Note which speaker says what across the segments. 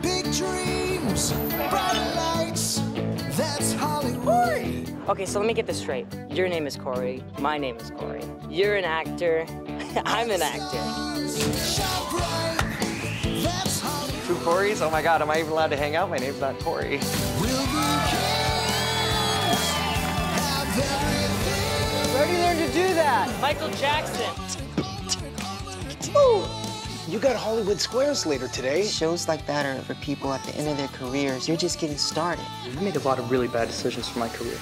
Speaker 1: Big dreams, bright lights, that's Hollywood.
Speaker 2: Okay, so let me get this straight. Your name is Corey. My name is Corey. You're an actor. I'm an actor.
Speaker 1: Stars shine bright, that's Hollywood.
Speaker 3: Two Corys? Oh my god, am I even allowed to hang out? My name's not Corey.
Speaker 1: Will you kids have everything?
Speaker 4: Where do you learn to do that?
Speaker 2: Michael Jackson.
Speaker 5: You got Hollywood Squares later today.
Speaker 6: Shows like that are for people at the end of their careers. You're just getting started.
Speaker 3: I made a lot of really bad decisions for my career.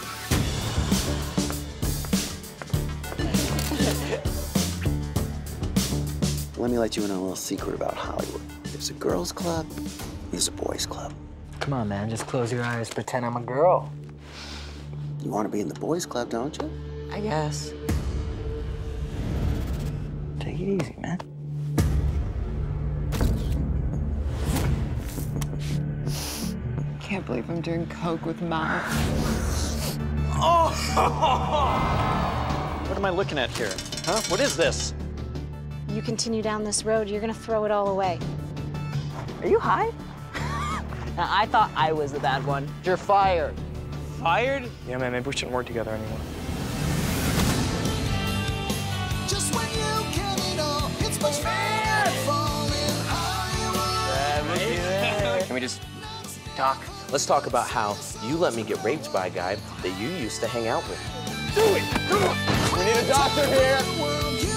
Speaker 7: Let me let you in on a little secret about Hollywood. There's a girls' club, there's a boys' club.
Speaker 3: Come on, man, just close your eyes, pretend I'm a girl.
Speaker 7: You want to be in the boys' club, don't you?
Speaker 6: I guess.
Speaker 3: Take it easy, man.
Speaker 6: Can't believe I'm doing coke with Mom.
Speaker 3: What am I looking at here? Huh? What is this?
Speaker 8: You continue down this road, you're gonna throw it all away.
Speaker 2: Are you high? Now, I thought I was the bad one. You're fired.
Speaker 3: Fired? Yeah, man, maybe we shouldn't work together anymore.
Speaker 1: Just when you get it all, it's much better falling Hollywood.
Speaker 9: Can we just talk? Let's talk about how you let me get raped by a guy that you used to hang out with.
Speaker 1: We need a doctor here.